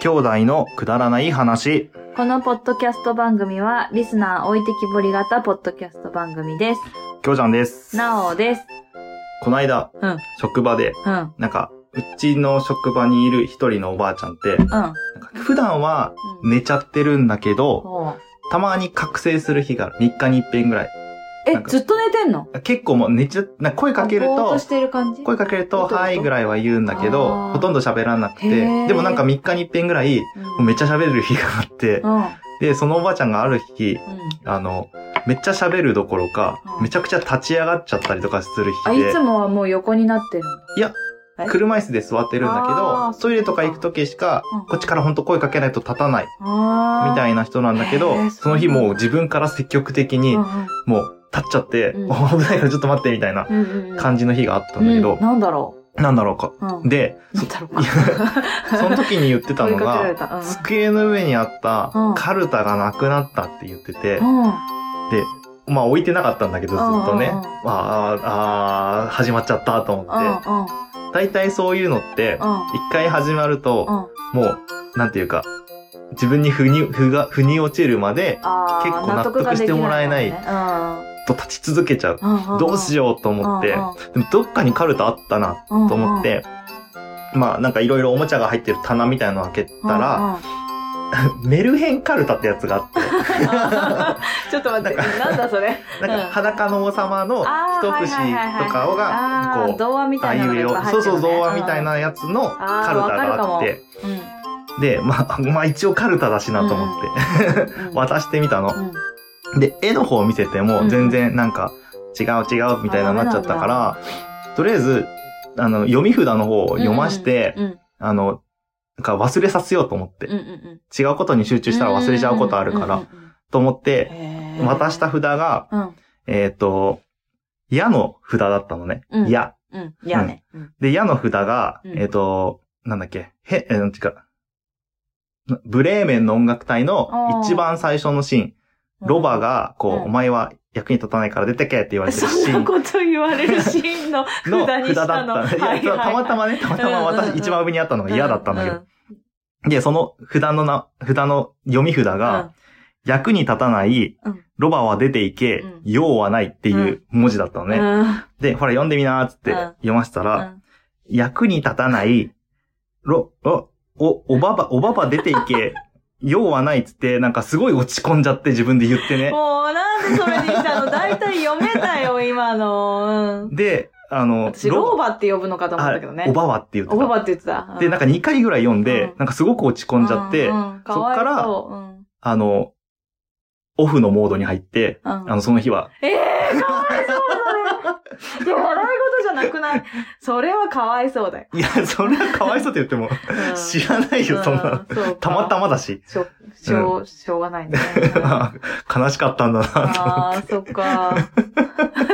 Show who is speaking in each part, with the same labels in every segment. Speaker 1: 兄弟のくだらない話。
Speaker 2: このポッドキャスト番組は、リスナー置いてきぼり型ポッドキャスト番組です。
Speaker 1: きょうちゃんです。
Speaker 2: なおです。
Speaker 1: この間、
Speaker 2: うん
Speaker 1: 職場で、
Speaker 2: うん、うん、
Speaker 1: なんか、うちの職場にいる一人のおばあちゃんって、
Speaker 2: うん。
Speaker 1: なんか普段は寝ちゃってるんだけど、
Speaker 2: おう
Speaker 1: たまに覚醒する日がある。3日に一遍ぐらい。
Speaker 2: え
Speaker 1: なん、か
Speaker 2: ずっと寝てんの
Speaker 1: 結構もう寝ちゃ、なんか声かける
Speaker 2: ぼーっ
Speaker 1: と
Speaker 2: と、してる感じ
Speaker 1: 声かけると、
Speaker 2: どういうこと
Speaker 1: はいぐらいは言うんだけど
Speaker 2: あ、ー
Speaker 1: ほとんど喋らなく
Speaker 2: へ
Speaker 1: て、
Speaker 2: ー
Speaker 1: でもなんか3日に一遍ぐらい、もう
Speaker 2: うん。
Speaker 1: めっちゃ喋る日があって
Speaker 2: う、ん。うん。
Speaker 1: で、そのおばあちゃんがある日、あの、めっちゃ喋るどころか、
Speaker 2: うん
Speaker 1: めちゃくちゃ立ち上がっちゃったりとかする
Speaker 2: あ、
Speaker 1: 日
Speaker 2: い
Speaker 1: で
Speaker 2: つ、もはもう横になってるの
Speaker 1: いや
Speaker 2: え
Speaker 1: 車椅子で座ってるんだけ
Speaker 2: あ
Speaker 1: ど、
Speaker 2: ー
Speaker 1: トイレとか行く時しか
Speaker 2: うん、
Speaker 1: こっちからほんと声かけないと立たない、
Speaker 2: あー
Speaker 1: みたいな人なんだけ
Speaker 2: へ
Speaker 1: ど、
Speaker 2: ー
Speaker 1: その日もう自分から積極的に
Speaker 2: う、ん
Speaker 1: もう立っちゃって、
Speaker 2: う ん
Speaker 1: お危ないからちょっと待って、みたいな
Speaker 2: うんうんうん。
Speaker 1: 感じの日があったんだけ
Speaker 2: う
Speaker 1: ど
Speaker 2: ん、なんだろ
Speaker 1: なんだろうか。
Speaker 2: う。うん。
Speaker 1: で、
Speaker 2: なんだろう
Speaker 1: い
Speaker 2: か。
Speaker 1: その時に言って たの
Speaker 2: 追いかけられ
Speaker 1: が、
Speaker 2: たうん
Speaker 1: 机の上にあった
Speaker 2: うん
Speaker 1: カルタがなくなったって言ってて、
Speaker 2: うん。
Speaker 1: で、まあ置いてなかったんだけど、ずっとね。
Speaker 2: う
Speaker 1: まあ、
Speaker 2: んうんうん
Speaker 1: あーあー、始まっちゃったと思
Speaker 2: うん
Speaker 1: って。大体そういうのって、一回始まる
Speaker 2: うん
Speaker 1: と、
Speaker 2: うん。
Speaker 1: もう、なんていうか、自分に腑に、腑が、腑に落ちるまで、
Speaker 2: あー
Speaker 1: 結構納得してもらえない
Speaker 2: 納得が
Speaker 1: と立ち続けちゃう
Speaker 2: でき。ないからね
Speaker 1: どうし
Speaker 2: よ
Speaker 1: ようと
Speaker 2: う
Speaker 1: 思って、でも
Speaker 2: て
Speaker 1: どっかにカルタあったな、
Speaker 2: と
Speaker 1: と思っ。て、まあなんかいろいろおもちゃが入ってる棚みたいのを開けたら、 メルヘンカルタってやつがあって、
Speaker 2: うんうんうん ちょっと待って、
Speaker 1: なんか
Speaker 2: なんだそれ。
Speaker 1: なんか裸の王様の
Speaker 2: あー
Speaker 1: 一節とかを
Speaker 2: あ
Speaker 1: が、
Speaker 2: あ、
Speaker 1: こう、
Speaker 2: 童話み
Speaker 1: あ
Speaker 2: た
Speaker 1: あ
Speaker 2: い
Speaker 1: い
Speaker 2: なの
Speaker 1: う
Speaker 2: がいっ
Speaker 1: よ
Speaker 2: ぱい入ってる、ね。
Speaker 1: そうそう、童話みたいなやつの
Speaker 2: あー
Speaker 1: カルタがあって、
Speaker 2: うん。うん
Speaker 1: で、まあ、 まあ一応カルタだしなと思って、
Speaker 2: うん
Speaker 1: 渡してみた
Speaker 2: う
Speaker 1: の。
Speaker 2: ん
Speaker 1: で、絵の方を見せて
Speaker 2: う
Speaker 1: も
Speaker 2: ん
Speaker 1: 全然なんか、違う違うみたいななっちゃったから、とりあえず、あの、読み札の方を読まして、
Speaker 2: うん
Speaker 1: あの、なんか忘れさせようと思って
Speaker 2: うんう、んうん。
Speaker 1: 違うことに集中したら忘れちゃうことあるから、と思って、
Speaker 2: ら
Speaker 1: 渡した。札が、
Speaker 2: うん。
Speaker 1: えっと、矢の札だったのね。
Speaker 2: うん
Speaker 1: 矢。
Speaker 2: うん。いやね。うん
Speaker 1: で、矢の札が、
Speaker 2: うん
Speaker 1: えっ、と、なんだっけ、へ、えー、なんていうか、なブレーメンの音楽隊の
Speaker 2: あー
Speaker 1: 一番最初のシーン、ロバ。が、こう、
Speaker 2: うん
Speaker 1: お前は役に立たないから出てけって言われてるシ
Speaker 2: そ
Speaker 1: ー
Speaker 2: んな
Speaker 1: ン
Speaker 2: こと言われるシーン の
Speaker 1: の
Speaker 2: 札に
Speaker 1: 札
Speaker 2: し
Speaker 1: だったた
Speaker 2: の。
Speaker 1: の。いや、たまたまね、たまたま
Speaker 2: うんうんうん
Speaker 1: 私、一番上にあったのが矢だったんだけ
Speaker 2: う
Speaker 1: ど。で、その札のな、札の読み札が、役に立たない
Speaker 2: うん、
Speaker 1: ロバは出ていけ
Speaker 2: うん、
Speaker 1: 用はないっていう文字だったの
Speaker 2: うん。
Speaker 1: ね。
Speaker 2: うん
Speaker 1: で、ほら読んでみなーっつって
Speaker 2: うん
Speaker 1: 読ませたら、
Speaker 2: うん
Speaker 1: 役に立たない、ろ、お、お、おばば、おばば出ていけ、 用はないっつって、なんかすごい落ち込んじゃって自分で言ってね。
Speaker 2: もうなんでそれにしたの大体読めたよ、今の。うん
Speaker 1: で、あの、
Speaker 2: 私、ローバって呼ぶのかと思ったけどね
Speaker 1: あお。ばばって言って
Speaker 2: おばば
Speaker 1: た。
Speaker 2: って言ってた。
Speaker 1: で、なんか2回ぐらい読んで、
Speaker 2: うん
Speaker 1: なんかすごく落ち込んじゃって、
Speaker 2: そ
Speaker 1: そっから
Speaker 2: うん
Speaker 1: あの、オフのモードに入って、
Speaker 2: うん
Speaker 1: あの、その日は、
Speaker 2: ええかわいそうだね。いや、笑い事じゃなくない。それはかわいそうだよ。
Speaker 1: いや、それはかわいそうって言っても、
Speaker 2: うん
Speaker 1: 知らないよ、そんなの。
Speaker 2: うそうか
Speaker 1: たまたまだし。
Speaker 2: しょ、しょう、しょうがないね。
Speaker 1: 悲しかったんだなと思って。
Speaker 2: ああ、そっか。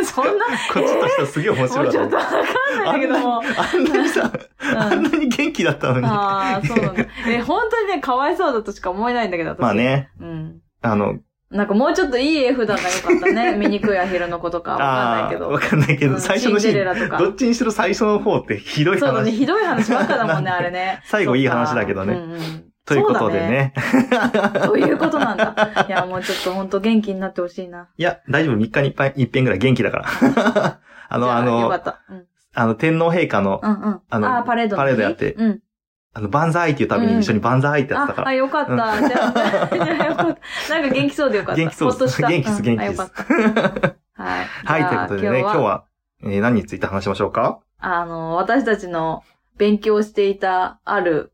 Speaker 2: そんな、
Speaker 1: こっちとしてはすげえ面
Speaker 2: も
Speaker 1: 白か
Speaker 2: う
Speaker 1: っ
Speaker 2: ち
Speaker 1: た
Speaker 2: ょっとわかんないんだけども。
Speaker 1: あんなにさ、
Speaker 2: うん
Speaker 1: あんなに元気だったのに。
Speaker 2: ああ、そうなんだ。え、本当にね、かわいそうだとしか思えないんだけど、私
Speaker 1: まあ。ね、
Speaker 2: うん。
Speaker 1: あの、
Speaker 2: なんかもうちょっといい絵札が良かっ たね。醜いアヒルのことかわかんないけ
Speaker 1: ー
Speaker 2: ど。
Speaker 1: わかんないけ
Speaker 2: う
Speaker 1: ど、
Speaker 2: ん
Speaker 1: 最初のシ
Speaker 2: シンデレ
Speaker 1: ーン、
Speaker 2: ラとか。
Speaker 1: どっちにしろ最初の方ってひどい
Speaker 2: そうだね、
Speaker 1: 話。
Speaker 2: ひどい話ばっか だもんね、
Speaker 1: なん
Speaker 2: あ
Speaker 1: で
Speaker 2: れね。
Speaker 1: 最後いい話だけどね
Speaker 2: そっかうんうん
Speaker 1: ということでね。
Speaker 2: そうだね。ということなんだ。いや、もうちょっと本当元気になってほしいな。
Speaker 1: いや、大丈夫、3日にいっぱい、一遍ぐらい元気だ から。あ
Speaker 2: じ
Speaker 1: の、
Speaker 2: ゃ
Speaker 1: あ
Speaker 2: よか
Speaker 1: の、
Speaker 2: った。うん。
Speaker 1: あの、天皇陛下の、
Speaker 2: うんうん。
Speaker 1: あの
Speaker 2: あー、パレードの
Speaker 1: パ
Speaker 2: 日。
Speaker 1: レードやって
Speaker 2: うん。
Speaker 1: あの、万歳っていうために一緒に万歳ってやってた
Speaker 2: あ
Speaker 1: か、ら。
Speaker 2: あよかった。じゃあ、じゃあよ かった。なんか元気そうでよかった。
Speaker 1: 元気そう
Speaker 2: ほっとした。
Speaker 1: 元気です
Speaker 2: うん
Speaker 1: 元気
Speaker 2: あ
Speaker 1: で
Speaker 2: よ
Speaker 1: す
Speaker 2: かった。はい。
Speaker 1: はい、ということでね、
Speaker 2: じゃ
Speaker 1: 今
Speaker 2: あ
Speaker 1: 日。は、えー何について話しましょうか
Speaker 2: あの、私たちの勉強していたある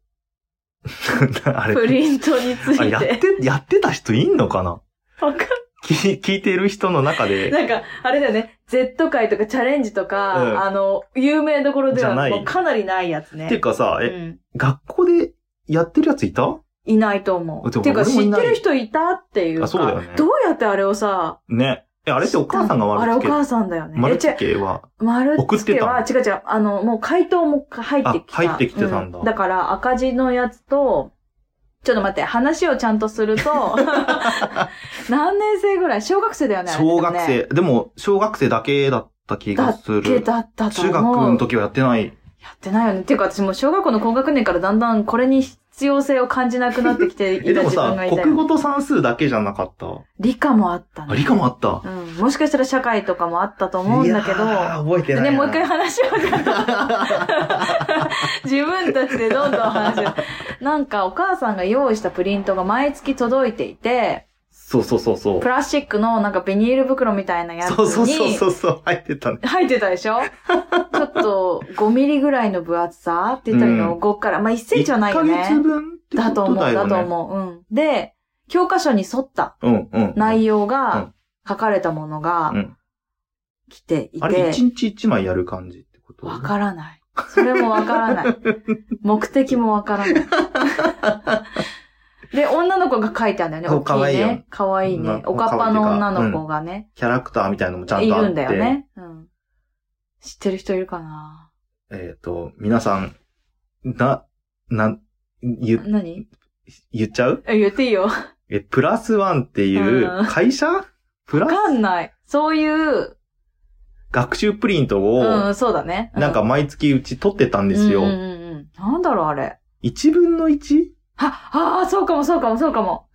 Speaker 1: あ
Speaker 2: プ
Speaker 1: れ、
Speaker 2: リントについ。
Speaker 1: あやってて、やってた人いんのかな
Speaker 2: わかん
Speaker 1: 聞い聞いてる人の中で。
Speaker 2: なんか、あれだよね、Z 界とかチャレンジとか、
Speaker 1: うん
Speaker 2: あの、有名どころで
Speaker 1: じゃな
Speaker 2: はいもうかなりないやつね。
Speaker 1: っていうかさ、え、
Speaker 2: うん
Speaker 1: 学校でやってるやついた
Speaker 2: いないと思う。
Speaker 1: でも
Speaker 2: っていうか、
Speaker 1: 俺も
Speaker 2: 知
Speaker 1: い
Speaker 2: っ
Speaker 1: ない
Speaker 2: てる人いたっていうか。
Speaker 1: あそうだよね
Speaker 2: どうやってあれをさ、
Speaker 1: ね。え、あれってお母さんが
Speaker 2: あれ
Speaker 1: 悪
Speaker 2: お
Speaker 1: つけ。
Speaker 2: 母さんだよね。
Speaker 1: 丸
Speaker 2: え、
Speaker 1: つ
Speaker 2: 違う
Speaker 1: けは、
Speaker 2: 丸つけは、
Speaker 1: 送
Speaker 2: 違う違う、あの、もう回答も入ってきた。
Speaker 1: あ入ってきてたんだ
Speaker 2: だから、赤字のやつと、ちょっと待って、話をちゃんとする と、何年生ぐらい小学生だよね。あれってね
Speaker 1: 小学生、。でも、小学生だけだった気
Speaker 2: だ
Speaker 1: が
Speaker 2: っ
Speaker 1: す
Speaker 2: け
Speaker 1: る。
Speaker 2: だったと
Speaker 1: 中
Speaker 2: 思う。
Speaker 1: 学の時はやってない。
Speaker 2: やってないよね。っていうか私もう小学校の高学年からだんだんこれに必要性を感じなくなってきていた
Speaker 1: え、でも
Speaker 2: 自分
Speaker 1: さ
Speaker 2: がい、た
Speaker 1: 国
Speaker 2: よ。
Speaker 1: 語と算数だけじゃなかった。
Speaker 2: 理科もあった
Speaker 1: あ、
Speaker 2: ね。
Speaker 1: 理科もあった。
Speaker 2: うん。もしかしたら社会とかもあったと思うんだけ
Speaker 1: いや
Speaker 2: ど、
Speaker 1: ー覚えてないな。
Speaker 2: ね、もう一回話を ちゃんと自分たちでどんどん話を。なんかお母さんが用意したプリントが毎月届いていて、
Speaker 1: そうそうそうそう
Speaker 2: プ。ラスチックのなんかビニール袋みたいなやつに、
Speaker 1: そうそうそうそうそう、入ってたね。
Speaker 2: 入ってたでしょちょっと5ミリぐらいの分厚さって言ったらいいの、
Speaker 1: う
Speaker 2: 5から、まあ1センチはないよ
Speaker 1: 1ヶ月
Speaker 2: ね。
Speaker 1: 分って
Speaker 2: だ
Speaker 1: こと
Speaker 2: 思う、
Speaker 1: だよ
Speaker 2: だ
Speaker 1: ね。
Speaker 2: と思う。うん。で、教科書に沿った
Speaker 1: うんうん。
Speaker 2: 内容
Speaker 1: う
Speaker 2: が
Speaker 1: ん
Speaker 2: 書かれたもの
Speaker 1: う
Speaker 2: が
Speaker 1: ん
Speaker 2: 来てい
Speaker 1: あれ、
Speaker 2: て
Speaker 1: 一、日一枚やる感じってこと
Speaker 2: わからない。それもわか らない。目的もわからない。で、女の子が書いたんだよね。
Speaker 1: そう
Speaker 2: 大きい
Speaker 1: 可愛いよ
Speaker 2: ね。かわいい
Speaker 1: ま
Speaker 2: ね。おかっぱの女の子がね、
Speaker 1: キャラクターみたいのもちゃん
Speaker 2: い
Speaker 1: とあって。
Speaker 2: るんだよね。うん。知ってる人いるかな
Speaker 1: えっ、と、皆さん、な、な、言、
Speaker 2: 何
Speaker 1: 言っちゃう
Speaker 2: え、言っていいよ。わ
Speaker 1: え、プラスワンっていう
Speaker 2: うん
Speaker 1: 会社、プラス
Speaker 2: かんない。そういう、
Speaker 1: 学習プリントを、
Speaker 2: うん、そうだね。
Speaker 1: なんか毎月うち取ってたんですよ。
Speaker 2: うんうんうんうん。なんだろう、あれ。
Speaker 1: 一分の一
Speaker 2: あ、ああ、そうかも、そうかも、そうかも。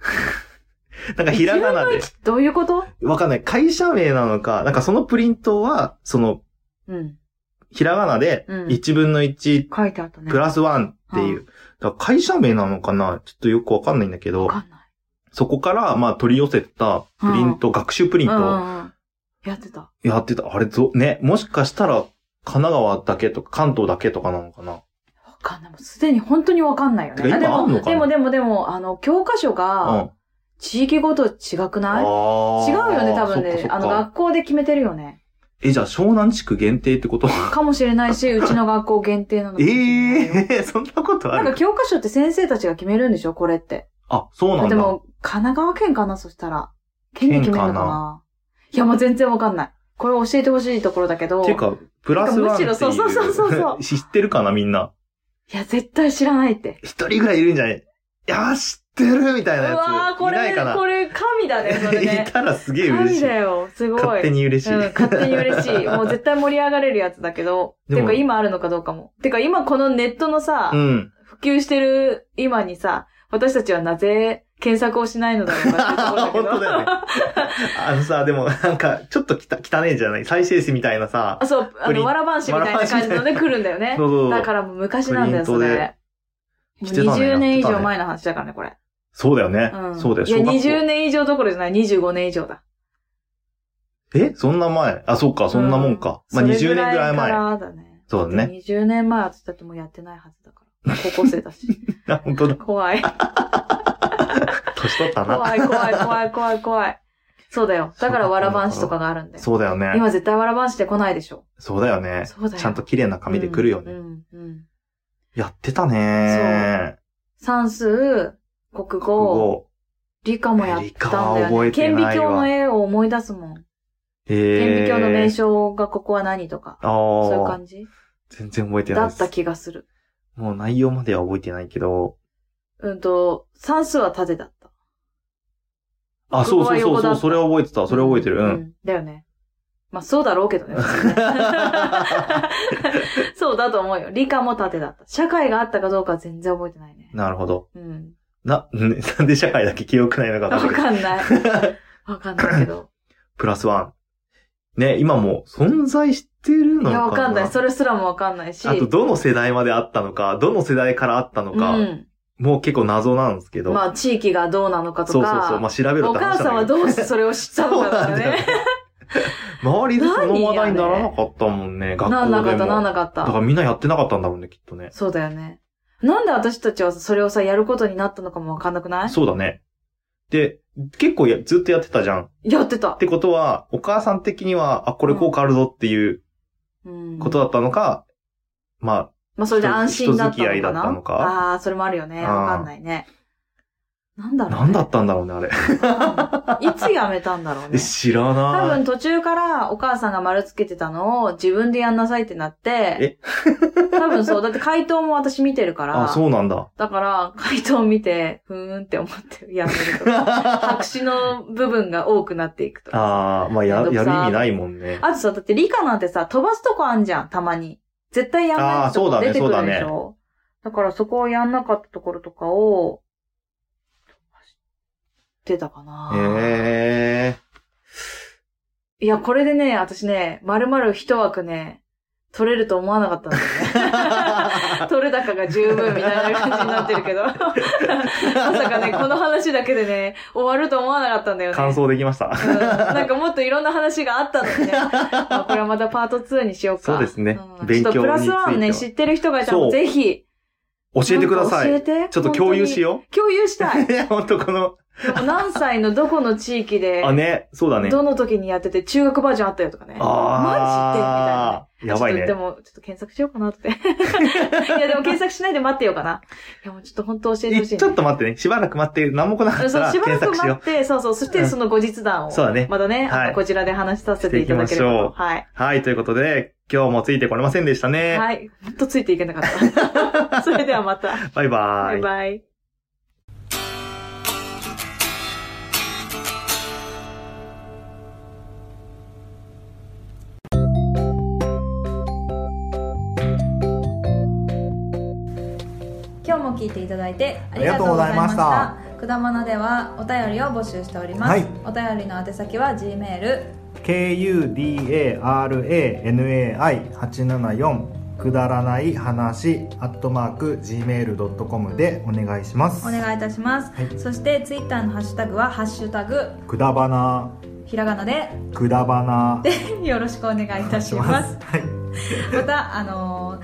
Speaker 1: なんかひらがなで。
Speaker 2: どういうこと
Speaker 1: わかんない。会社名なのか、なんかそのプリントは、その、
Speaker 2: うん。
Speaker 1: ひらがなで
Speaker 2: う、ん
Speaker 1: 一分の一
Speaker 2: 書いてあったね。
Speaker 1: プラスワンっていう。だから会社名なのかなちょっとよくわかんないんだけど
Speaker 2: わ、かんない。
Speaker 1: そこから、まあ取り寄せたプリント、学習プリン
Speaker 2: うんう
Speaker 1: ト
Speaker 2: んうん。やってた。
Speaker 1: やってた。あれぞ、ね、もしかしたら、神奈川だけとか、関東だけとかなのかな
Speaker 2: わかんない。もうすでに本当にわかんないよ
Speaker 1: てか
Speaker 2: ね。あで
Speaker 1: 今あんの
Speaker 2: も、
Speaker 1: かな
Speaker 2: でも、でも、でも、あの、教科書
Speaker 1: うん
Speaker 2: が、。地域ごと違くない
Speaker 1: あ
Speaker 2: 違うよね、多分
Speaker 1: そっかそ
Speaker 2: ね
Speaker 1: っ。か
Speaker 2: あの、学校で決めてるよね。
Speaker 1: え、じゃあ湘南地区限定ってこと
Speaker 2: かもしれない し、うちの学校限定なのか
Speaker 1: え
Speaker 2: もしれないよ。
Speaker 1: えそんなことあ
Speaker 2: なんか
Speaker 1: る
Speaker 2: 教科書って先生たちが決めるんでしょこれって。
Speaker 1: あ、そうなん
Speaker 2: で
Speaker 1: だ。
Speaker 2: も、神奈川県かなそしたら。県で決めるのか
Speaker 1: 県か
Speaker 2: ないや、もう全然わかんない。これ教えてほしいところだけど。
Speaker 1: っていうか、プラスワンっていう。
Speaker 2: むしろそうそうそうそ う
Speaker 1: 知ってるかな、みんな。
Speaker 2: いや、絶対知らないって。
Speaker 1: 一人ぐらいいるんじゃないいやー、知ってるみたいうなやつ。
Speaker 2: わーこ
Speaker 1: いない
Speaker 2: れ、
Speaker 1: かな。
Speaker 2: これ、神だね、それ
Speaker 1: い
Speaker 2: ね。
Speaker 1: たらすげえ嬉
Speaker 2: 神
Speaker 1: しい
Speaker 2: だ。よ、すごい。
Speaker 1: 勝手に嬉しい。
Speaker 2: うん、勝手に嬉しい。 もう絶対盛り上がれるやつだけど。
Speaker 1: で
Speaker 2: て
Speaker 1: も
Speaker 2: か、今あるのかどうかも。てか、今このネットのさ、
Speaker 1: うん。
Speaker 2: 普及してる今にさ、私たちはなぜ検索をしないのだろうかっていうところだ
Speaker 1: 本当
Speaker 2: けど。
Speaker 1: だよね。あのさ、でもなんか、ちょっときた汚ねえじゃない再生数みたいなさ
Speaker 2: あ、、そう、あ
Speaker 1: プリン
Speaker 2: の、わらばんしみたいな感じのね、来るんだよね
Speaker 1: そうそうそう。
Speaker 2: だからもう昔なんだよ、
Speaker 1: プリント
Speaker 2: そ
Speaker 1: で
Speaker 2: れ。もう
Speaker 1: 来てたね
Speaker 2: 20年以
Speaker 1: やってた
Speaker 2: 上
Speaker 1: ね
Speaker 2: 前の話だからね、これ。
Speaker 1: そうだよね。
Speaker 2: うん。
Speaker 1: そうだよ、
Speaker 2: いや、
Speaker 1: 小学校
Speaker 2: 20年以上どころじゃない、25年以上だ。
Speaker 1: えそんな前あ、そっか、そんなもんか。
Speaker 2: う
Speaker 1: まあ、20年ぐらい
Speaker 2: それ
Speaker 1: 前。
Speaker 2: からだね。
Speaker 1: そうだね。
Speaker 2: 20年前私だってもうやってないはずだから。高校生だし。
Speaker 1: あ本当だ。
Speaker 2: 怖い。
Speaker 1: 年取ったな。
Speaker 2: 怖い、怖い、怖い、怖い、怖い。そうだよ。だからわらばんしとかがあるんだよ。
Speaker 1: そうだよね。
Speaker 2: 今絶対わらばんしで来ないでしょ。
Speaker 1: そうだよね。
Speaker 2: そうだよ。
Speaker 1: ちゃんと綺麗な紙で来るよね。
Speaker 2: うん。うん、うん。
Speaker 1: やってたね
Speaker 2: 算数、国
Speaker 1: ー。
Speaker 2: 語、理科もやったんだよ、
Speaker 1: 理科
Speaker 2: ね。
Speaker 1: は覚えて
Speaker 2: 顕
Speaker 1: ない
Speaker 2: 微
Speaker 1: わ
Speaker 2: 鏡の絵を思い出すもん。顕微鏡の名
Speaker 1: 名称
Speaker 2: 称がここは何とか。
Speaker 1: あ
Speaker 2: そういう
Speaker 1: あー。
Speaker 2: 感じ
Speaker 1: 全然覚えてない
Speaker 2: だ
Speaker 1: で
Speaker 2: っ
Speaker 1: す。
Speaker 2: た気がする。
Speaker 1: もう内容までは覚えてないけど。
Speaker 2: うんと、算数は縦だった。
Speaker 1: あ、そうそうそ
Speaker 2: ここは
Speaker 1: う
Speaker 2: 横
Speaker 1: そ
Speaker 2: だ
Speaker 1: う、
Speaker 2: った
Speaker 1: それは覚えてた。それは覚えてる。う。
Speaker 2: うんん。だよね。まあそうだろうけどね。普 通ねそうだと思うよ。理科も縦だった。社会があったかどうかは全然覚えてないね。
Speaker 1: なるほど。
Speaker 2: うん。
Speaker 1: な、ん なんで社会だけ記憶ないのかわ
Speaker 2: わ
Speaker 1: かんない
Speaker 2: かんない。わかんないけど。
Speaker 1: プラスワン。ね、今もう存在してるの
Speaker 2: い
Speaker 1: かな
Speaker 2: や、わかんない。それすらもわかんないし。
Speaker 1: あと、どの世代まであったのか、どの世代からあったのか、
Speaker 2: うん。
Speaker 1: もう結構謎なんですけど。
Speaker 2: まあ、地域がどうなのかとか。
Speaker 1: そうそうそう。まあ、調べろ
Speaker 2: お
Speaker 1: って話
Speaker 2: 母さんは
Speaker 1: う
Speaker 2: どうしてそれを知ったのかとかね。
Speaker 1: 周りでその話題にならなかったもんね、学校でも。
Speaker 2: なんなかった、なん
Speaker 1: だ
Speaker 2: なかっ
Speaker 1: から
Speaker 2: た。
Speaker 1: みんなやってなかったんだろうね、きっとね。
Speaker 2: そうだよね。なんで私たちはそれをさ、やることになったのかもわかんなくない
Speaker 1: そうだね。で、結構やずっとやってたじゃん。っ
Speaker 2: やってた。
Speaker 1: てことは、お母さん的には、あ、これ効果あるぞっていう
Speaker 2: うん
Speaker 1: ことだったのか、まあ、
Speaker 2: まあ、それで安心だっ
Speaker 1: 人
Speaker 2: た
Speaker 1: 付き合い
Speaker 2: の
Speaker 1: だ
Speaker 2: か
Speaker 1: った
Speaker 2: な。
Speaker 1: のか
Speaker 2: ああー、それもあるよね。
Speaker 1: あー
Speaker 2: わかんないね。なんだろう、ね。
Speaker 1: なんだったんだろうね、 あれ。
Speaker 2: いつやめたんだろうね。
Speaker 1: 知ら
Speaker 2: 多
Speaker 1: ない。
Speaker 2: 分途中からお母さんが丸つけてたのを自分でやんなさいってなって、多分そう、だって回答も私見てるから、
Speaker 1: あ、そうなん だ。
Speaker 2: だから回答見て、ふーんって思ってやめる とか、
Speaker 1: あ
Speaker 2: 白紙の部分が多くなっていくとか。
Speaker 1: あー、まあや、
Speaker 2: めんどく
Speaker 1: や
Speaker 2: さ
Speaker 1: る意味ないもんね。
Speaker 2: あとさ、だって理科なんてさ、飛ばすとこあんじゃん、たまに。絶対やんないとこ出てくるでしょ。だからそこをやんなかったところとかを、出たかな。
Speaker 1: え
Speaker 2: いや、これでね、私ね、丸々一枠ね、取れると思わなかったんだよね。取れ高が十分みたいな感じになってるけど。まさかね、この話だけでね、終わると思わなかったんだよ
Speaker 1: え
Speaker 2: ね。
Speaker 1: 感想できました。
Speaker 2: うんなんかもっといろんな話があったのに ね。まあこれはまたパート2にしようか。
Speaker 1: そうですね
Speaker 2: ん
Speaker 1: 勉強
Speaker 2: ちょっとプラスワン
Speaker 1: に
Speaker 2: ね、
Speaker 1: ついては
Speaker 2: 知ってる人がいたらぜひ。
Speaker 1: 教えてくださ
Speaker 2: 教え
Speaker 1: い。
Speaker 2: て。
Speaker 1: ちょっと共有し
Speaker 2: よ
Speaker 1: よ
Speaker 2: う。共有したい。
Speaker 1: う。い や、ほんとこの、
Speaker 2: 何歳のどこの地域で
Speaker 1: あ、、ね、そうだね。
Speaker 2: どの時にやってて中学バージョンあったよとかね。マ
Speaker 1: あー
Speaker 2: ジでみたいな。
Speaker 1: やばい
Speaker 2: ちょ
Speaker 1: ね
Speaker 2: っとで。も、ちょっと検索しようかなって。 いや、でも検索しないで待ってようかな。いや、もうちょっと本当教えてほ
Speaker 1: い
Speaker 2: しい、ね。
Speaker 1: ちょっと待ってね。しばらく待って、何も来なかった
Speaker 2: そう、
Speaker 1: ら
Speaker 2: しばら
Speaker 1: 検索
Speaker 2: く
Speaker 1: し
Speaker 2: 待
Speaker 1: よ
Speaker 2: っ
Speaker 1: う。
Speaker 2: て、そうそう、そしてその後日談を。
Speaker 1: そうだね
Speaker 2: まだね、あの
Speaker 1: はい
Speaker 2: こちらで話させていただけれ
Speaker 1: していき
Speaker 2: ば
Speaker 1: ま
Speaker 2: と。はい。
Speaker 1: はい、ということで、今日もついてこれませんでしたね。
Speaker 2: はい。ほんとついていけなかった。それではまた。
Speaker 1: バイバ
Speaker 2: バ
Speaker 1: ー
Speaker 2: イ
Speaker 1: イ。
Speaker 2: バイ。
Speaker 3: 今日も聞いていただいてあ
Speaker 4: あ
Speaker 3: り
Speaker 4: り
Speaker 3: が
Speaker 4: が
Speaker 3: と
Speaker 4: と
Speaker 3: う
Speaker 4: うご
Speaker 3: ござ
Speaker 4: ざ
Speaker 3: い
Speaker 4: い
Speaker 3: ま
Speaker 4: ま
Speaker 3: し
Speaker 4: した
Speaker 3: たくだまなではお便りを募集しております、
Speaker 4: はい
Speaker 3: お便りの宛先は G メール
Speaker 4: kudaranai874 くだらない話アットマーク gmail.com でお願いします
Speaker 3: お願いいたします、
Speaker 4: はい
Speaker 3: そしてツイッターのハッシュタグは「ハッシュタグ
Speaker 4: くだばな
Speaker 3: ひらがなで
Speaker 4: くだばな」
Speaker 3: でよろしくお願いいたします
Speaker 4: はい
Speaker 3: またあのー